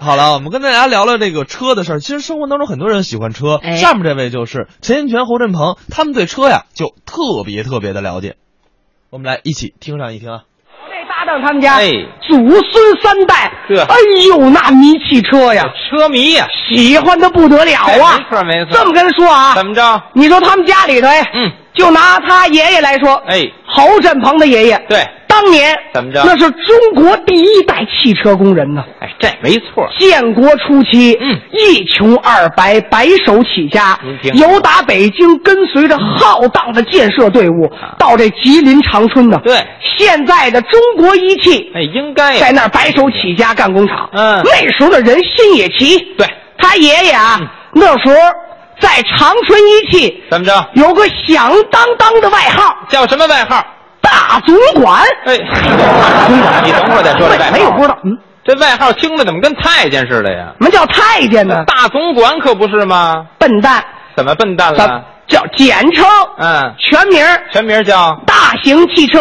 好了，我们跟大家聊聊这个车的事儿。其实生活当中很多人喜欢车，哎上面这位就是陈印泉、侯振鹏，他们对车呀就特别特别的了解。我们来一起听上一听啊。这搭档他们家，哎祖孙三代，对哎呦，那迷汽车呀，车迷呀、喜欢的不得了啊！哎没错没错这么跟人说啊，怎么着？你说他们家里头，哎，嗯，就拿他爷爷来说，哎侯振鹏的爷爷，对哎当年怎么着那是中国第一代汽车工人呢。哎，这没错，建国初期，嗯一穷二白，白手起家您，听由打北京，跟随着浩荡的建设队伍，啊到这吉林长春呢。对现在的中国一汽，哎，应该呀在那儿白手起家干工厂。嗯那时候的人心也齐。对，他爷爷啊，嗯那时候在长春一汽怎么着？有个响当当的外号叫什么外号？ ——大总管。哎， 你等会儿再说这外号。没有不知道，嗯，这外号听着怎么跟太监似的呀？什么叫太监呢？大总管可不是吗？笨蛋，怎么笨蛋咱了？叫简称，嗯，全名儿全名叫大型汽车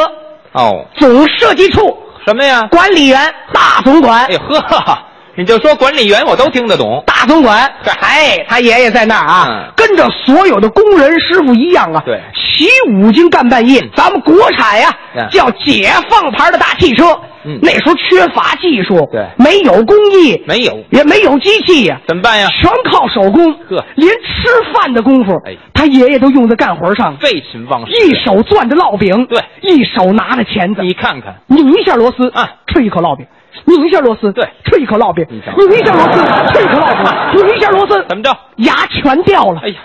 哦总设计处什么呀？管理员大总管。啊哎呵，你就说管理员我都听得懂。大总管对，哎，他爷爷在那儿啊，嗯跟着所有的工人师傅一样啊，对起五更干半夜。咱们国产呀、嗯叫解放牌的大汽车，嗯那时候缺乏技术，对没有工艺，没有也没有机器呀、怎么办呀？全靠手工，呵连吃饭的功夫，哎他爷爷都用在干活上，废寝忘食。一手攥着烙饼，哦对一手拿着钳子，你看看，拧一下螺丝啊吃一口烙饼，拧一下螺丝，对吃一口烙饼，你瞧拧一下螺丝，吃一口烙饼，拧一下螺丝，怎么着？牙全掉了哎，呀，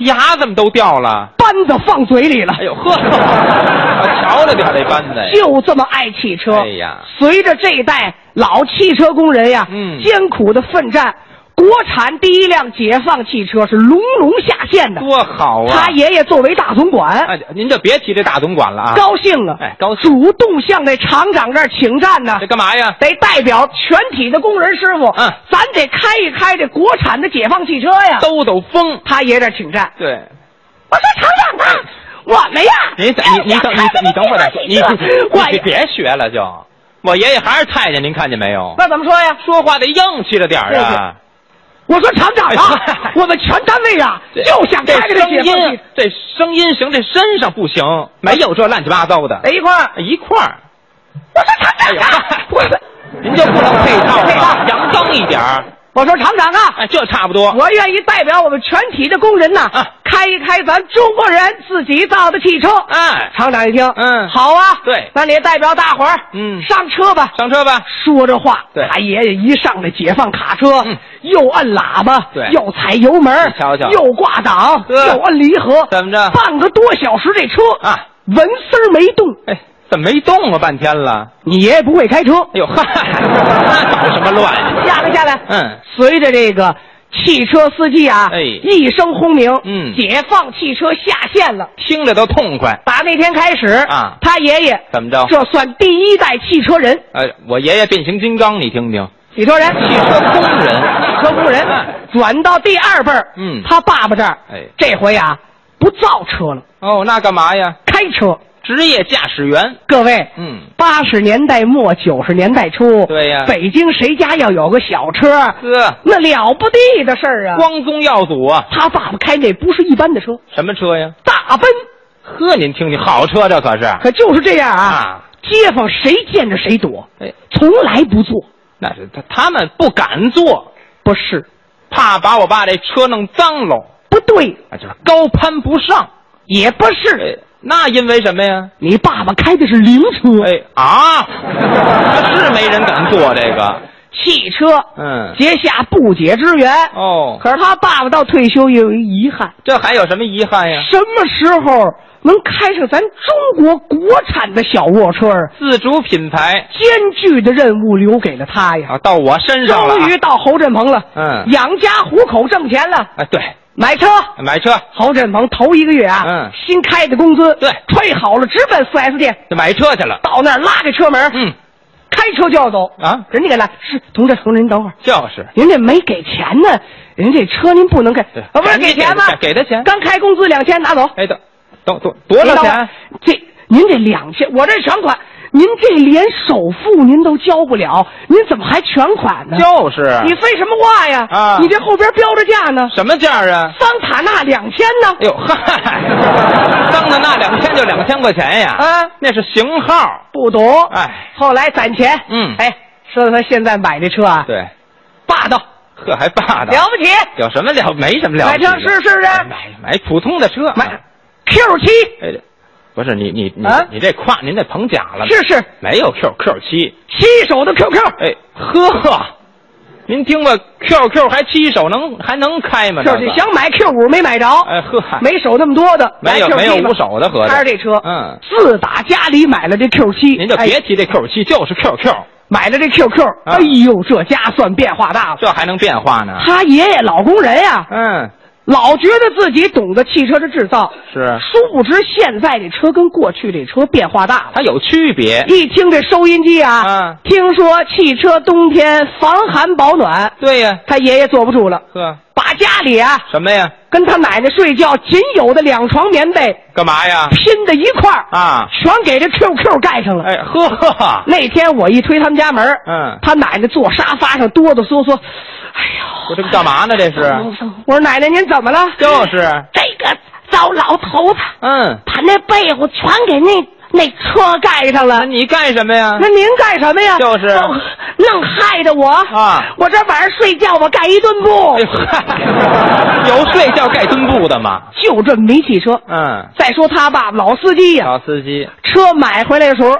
牙怎么都掉了？扳子放嘴里了哎，呦呵，我瞧着点儿这班子呀。就这么爱汽车。哎呀随着这一代老汽车工人呀，嗯艰苦的奋战，国产第一辆解放汽车是隆隆下线的。多好啊！他爷爷作为大总管，哎，您就别提这大总管了啊！高兴了，哎高兴主动向这厂长这儿请战呢这。干嘛呀？得代表全体的工人师傅，嗯咱得开一开这国产的解放汽车呀。兜兜风。他爷这儿请战，对，我说厂长啊，我们呀，您等你你等你你等会儿再 说，你你你别学了就。我爷爷还是太监，您看见没有？那怎么说呀？说话得硬气着点儿啊！我说厂长哎啊呀， 我们全单位啊，这就想开这这声解放汽音，这声音行，这身上不行，没有这乱七八糟的哎，一块儿。一块儿。我说厂长啊哎， 我说 您就不能配套配套吗？阳刚一 点儿，我说厂长啊，哎，这差不多。我愿意代表我们全体的工人呐啊，开一开咱中国人自己造的汽车。哎，厂长一听，嗯好啊，对那你也代表大伙儿，嗯上车吧。上车吧。说着话，对他爷爷一上这解放卡车，嗯又按喇叭，对又踩油门，你瞧瞧又挂档，呵又按离合，怎么着半个多小时这车啊，纹丝儿没动。哎，怎么没动啊？半天了。你爷爷不会开车，哎呦，嗨，那 捣什么乱呀？下来下来，嗯，随着这个汽车司机啊，哎一声轰鸣，嗯解放汽车下线了。听着都痛快。打那天开始啊他爷爷怎么着这算第一代汽车人，哎，我爷爷变形金刚，你听听。几多人？汽车工人，汽车工人哎转到第二辈儿，嗯他爸爸这儿，哎这回啊不造车了，哦，那干嘛呀？开车。职业驾驶员。各位，嗯，八十年代末九十年代初，对呀北京谁家要有个小车，啊呵，那了不地的事儿啊！光宗耀祖啊。他爸爸开那不是一般的车，什么车呀？大奔，呵，您听听，好车这可是。可就是这样啊啊，街坊谁见着谁躲，哎，从来不坐。那是他他们不敢坐，不是，怕把我爸这车弄脏喽，不对，啊，就是高攀不上。也不是。哎，那因为什么呀？你爸爸开的是灵车，哎啊，是没人敢坐这个。汽车，嗯，结下不解之缘。哦，可是他爸爸到退休又有一遗憾，这还有什么遗憾哎呀？什么时候能开上咱中国国产的小卧车儿？自主品牌艰巨的任务留给了他呀。啊，到我身上了啊。终于到侯振鹏了，嗯养家糊口挣钱了，哎，对，买车。买车侯振鹏头一个月啊，嗯新开的工资，对揣好了直奔四 S 店，就买车去了。到那儿拉开车门，嗯，开车就要走啊人家给来，是同志同志，您等会儿，就是您这没给钱呢，人这车您不能给，对啊，不是赶紧钱吗？给给给他钱刚开工资两千拿走，哎，等等多多少您等会儿钱？？这您这两千，我这全款，您这连首付您都交不了，您怎么还全款呢？就是嗯你废什么话呀？啊你这后边标着价呢，什么价啊？桑塔纳两千呢哎。呦， 嗨，当的那两千就两千块钱呀，啊，那是型号，不懂。哎，后来攒钱。嗯哎，说说他现在买这车啊，对，霸道，呵，还霸道，了不起，有什么了？没什么了不买起的，车是是不是？买买普通的车，买 Q 七哎，不是你你你、啊你这夸您这捧假了，是是没有 QQ 七，七手的 QQ，哎呵，您听过 QQ 还七手能还能开吗？就这是个想买 Q 五没买着，哎呵，没手那么多的，没有买 Q7 没有吧无手的合着开着这车，嗯自打家里买了这 Q 七，您就哎别提这 Q 七，就是 QQ，买了这 QQ，啊哎呦，这家算变化大了。这啊还能变化呢？他爷爷老工人呀、嗯，老觉得自己懂得汽车的制造，是殊不知现在这车跟过去这车变化大了。它有区别，一听这收音机啊，嗯听说汽车冬天防寒保暖，对呀，他爷爷坐不住了，呵，把家里啊什么呀？跟他奶奶睡觉仅有的两床棉被干嘛呀？拼在一块儿，啊，全给这 QQ 盖上了。哎呵呵，那天我一推他们家门，嗯他奶奶坐沙发上哆哆嗦嗦，哎我这干嘛呢？这是，呦，我说奶奶您怎么了？就是，这个糟老头子嗯，把那被子全给那那车盖上了那，你干什么呀？那您干什么呀？啊就是哦弄害得我啊我这晚上睡觉我盖一墩布哎，呦嗨，有睡觉盖墩布的吗？ 就这么没汽车。嗯，再说他爸爸老司机呀、老司机车买回来的时候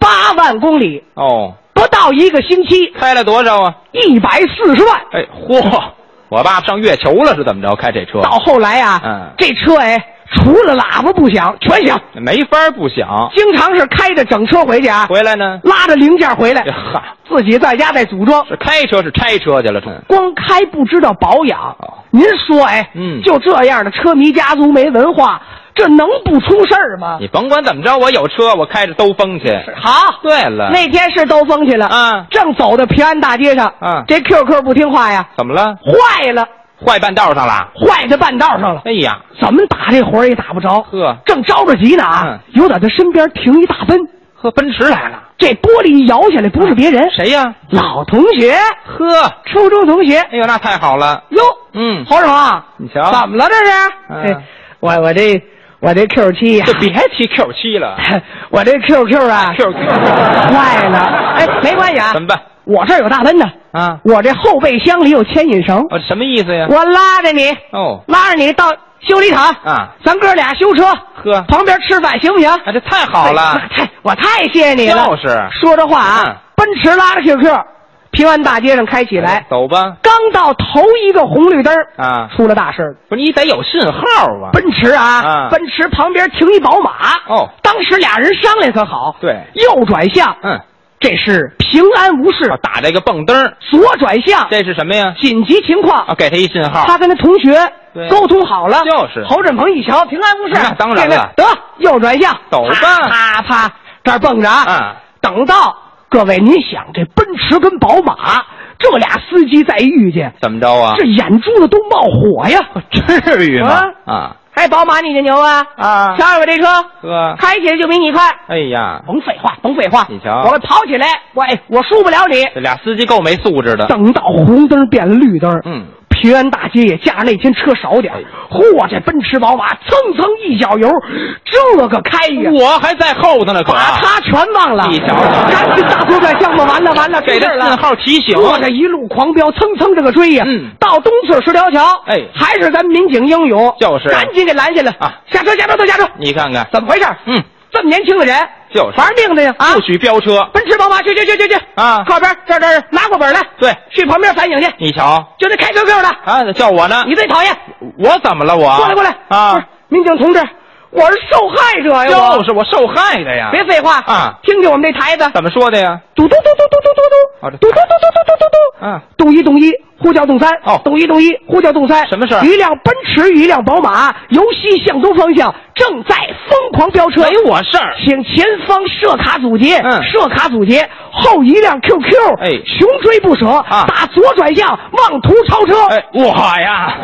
八万公里，哦，不到一个星期开了多少啊？一百四十万。哎，嚯，我爸上月球了是怎么着？开这车到后来啊，嗯这车哎，除了喇叭不响，全响。没法不响，经常是开着整车回去啊，回来呢？拉着零件回来哎，哈，自己在家再组装，这开车是拆车去了，嗯光开不知道保养哦。您说哎，嗯就这样的车迷家族没文化，这能不出事儿吗？你甭管怎么着，我有车，我开着兜风去。好，对了，那天是兜风去了，啊正走到平安大街上，啊这 QQ 不听话呀，怎么了？坏了，坏半道上了？坏在半道上了，哎呀，怎么打这活儿也打不着，呵正着着急呢啊嗯，有在他身边停一大奔，呵，奔驰来了，这玻璃一摇下来不是别人，啊哎谁呀？老同学，呵，初中同学，哎呦，那太好了，哟，嗯，侯志鹏，你瞧啊怎么了这是？嗯哎，我我这我这 Q 七呀就，别提 Q 七了 我这 QQ 啊，QQ 坏了，哎，没关系啊怎，么办我这儿有大奔呢，啊？我这后备箱里有牵引绳，哦，什么意思呀？我拉着你，哦，拉着你到修理厂啊，咱哥俩修车，呵，旁边吃饭行不行？啊，这太好了哎，太我太谢谢你了。就是说这话嗯啊，奔驰拉着 QQ，平安大街上开起来，走吧。刚到头一个红绿灯儿啊出了大事儿。不是你得有信号啊。奔驰啊，啊奔驰旁边停一宝马。哦当时俩人商量可好，对右转向，嗯，这是平安无事；啊打这个蹦灯儿，左转向，这是什么呀？紧急情况啊啊，，给他一信号。他跟他同学对沟通好了，就是侯振鹏一瞧，平安无事，那当然了这个得右转向，走吧啪啪啪，这儿蹦着嗯等到各位，您想这奔驰跟宝马这俩司机再遇见，怎么着啊这？眼珠子都冒火 呀！至于吗？啊哎，宝马你就牛啊！啊瞧瞧我这车，呵，开起来就比你快。哎呀，甭废话，甭废话，你瞧我跑起来，我哎，我输不了你。这俩司机够没素质的。等到红灯变了绿灯，嗯，哎平安大街也加上那天车少点儿，嚯，这奔驰宝马蹭蹭一脚油，这个开呀，我还在后头呢，可啊把他全忘了，你瞧赶紧大左转向吧，完了完了，给出事他儿了信号提醒。我这一路狂飙，蹭蹭这个追呀！嗯到东四十条桥，哎还是咱民警英勇，就是赶紧给拦下来啊！下车，下车，都下车！你看看，怎么回事？嗯，这么年轻的人，就是玩命的呀！啊不，许飙车。奔驰、宝马，去去去去去！啊靠边，这儿这儿拿过本来，对，去旁边反省去。你瞧就那开 QQ 的，啊，叫我呢。你最讨厌！我怎么了？我过来过来不是啊，民警同志，我是受害者呀！我就是我受害的呀。别废话啊听听我们这台子，怎么说的呀？嘟嘟嘟嘟嘟嘟嘟哦嘟，这嘟嘟嘟嘟嘟嘟嘟嘟，啊，动一动一，呼叫动三，哦动一动一，呼叫动三，什么事儿一辆奔驰与一辆宝马由西向东方向正在疯狂飙车，没我事儿。请前方设卡阻截，嗯设卡阻截，后一辆 QQ，哎穷追不舍，啊哎打左转向，妄图超车，哎，我呀，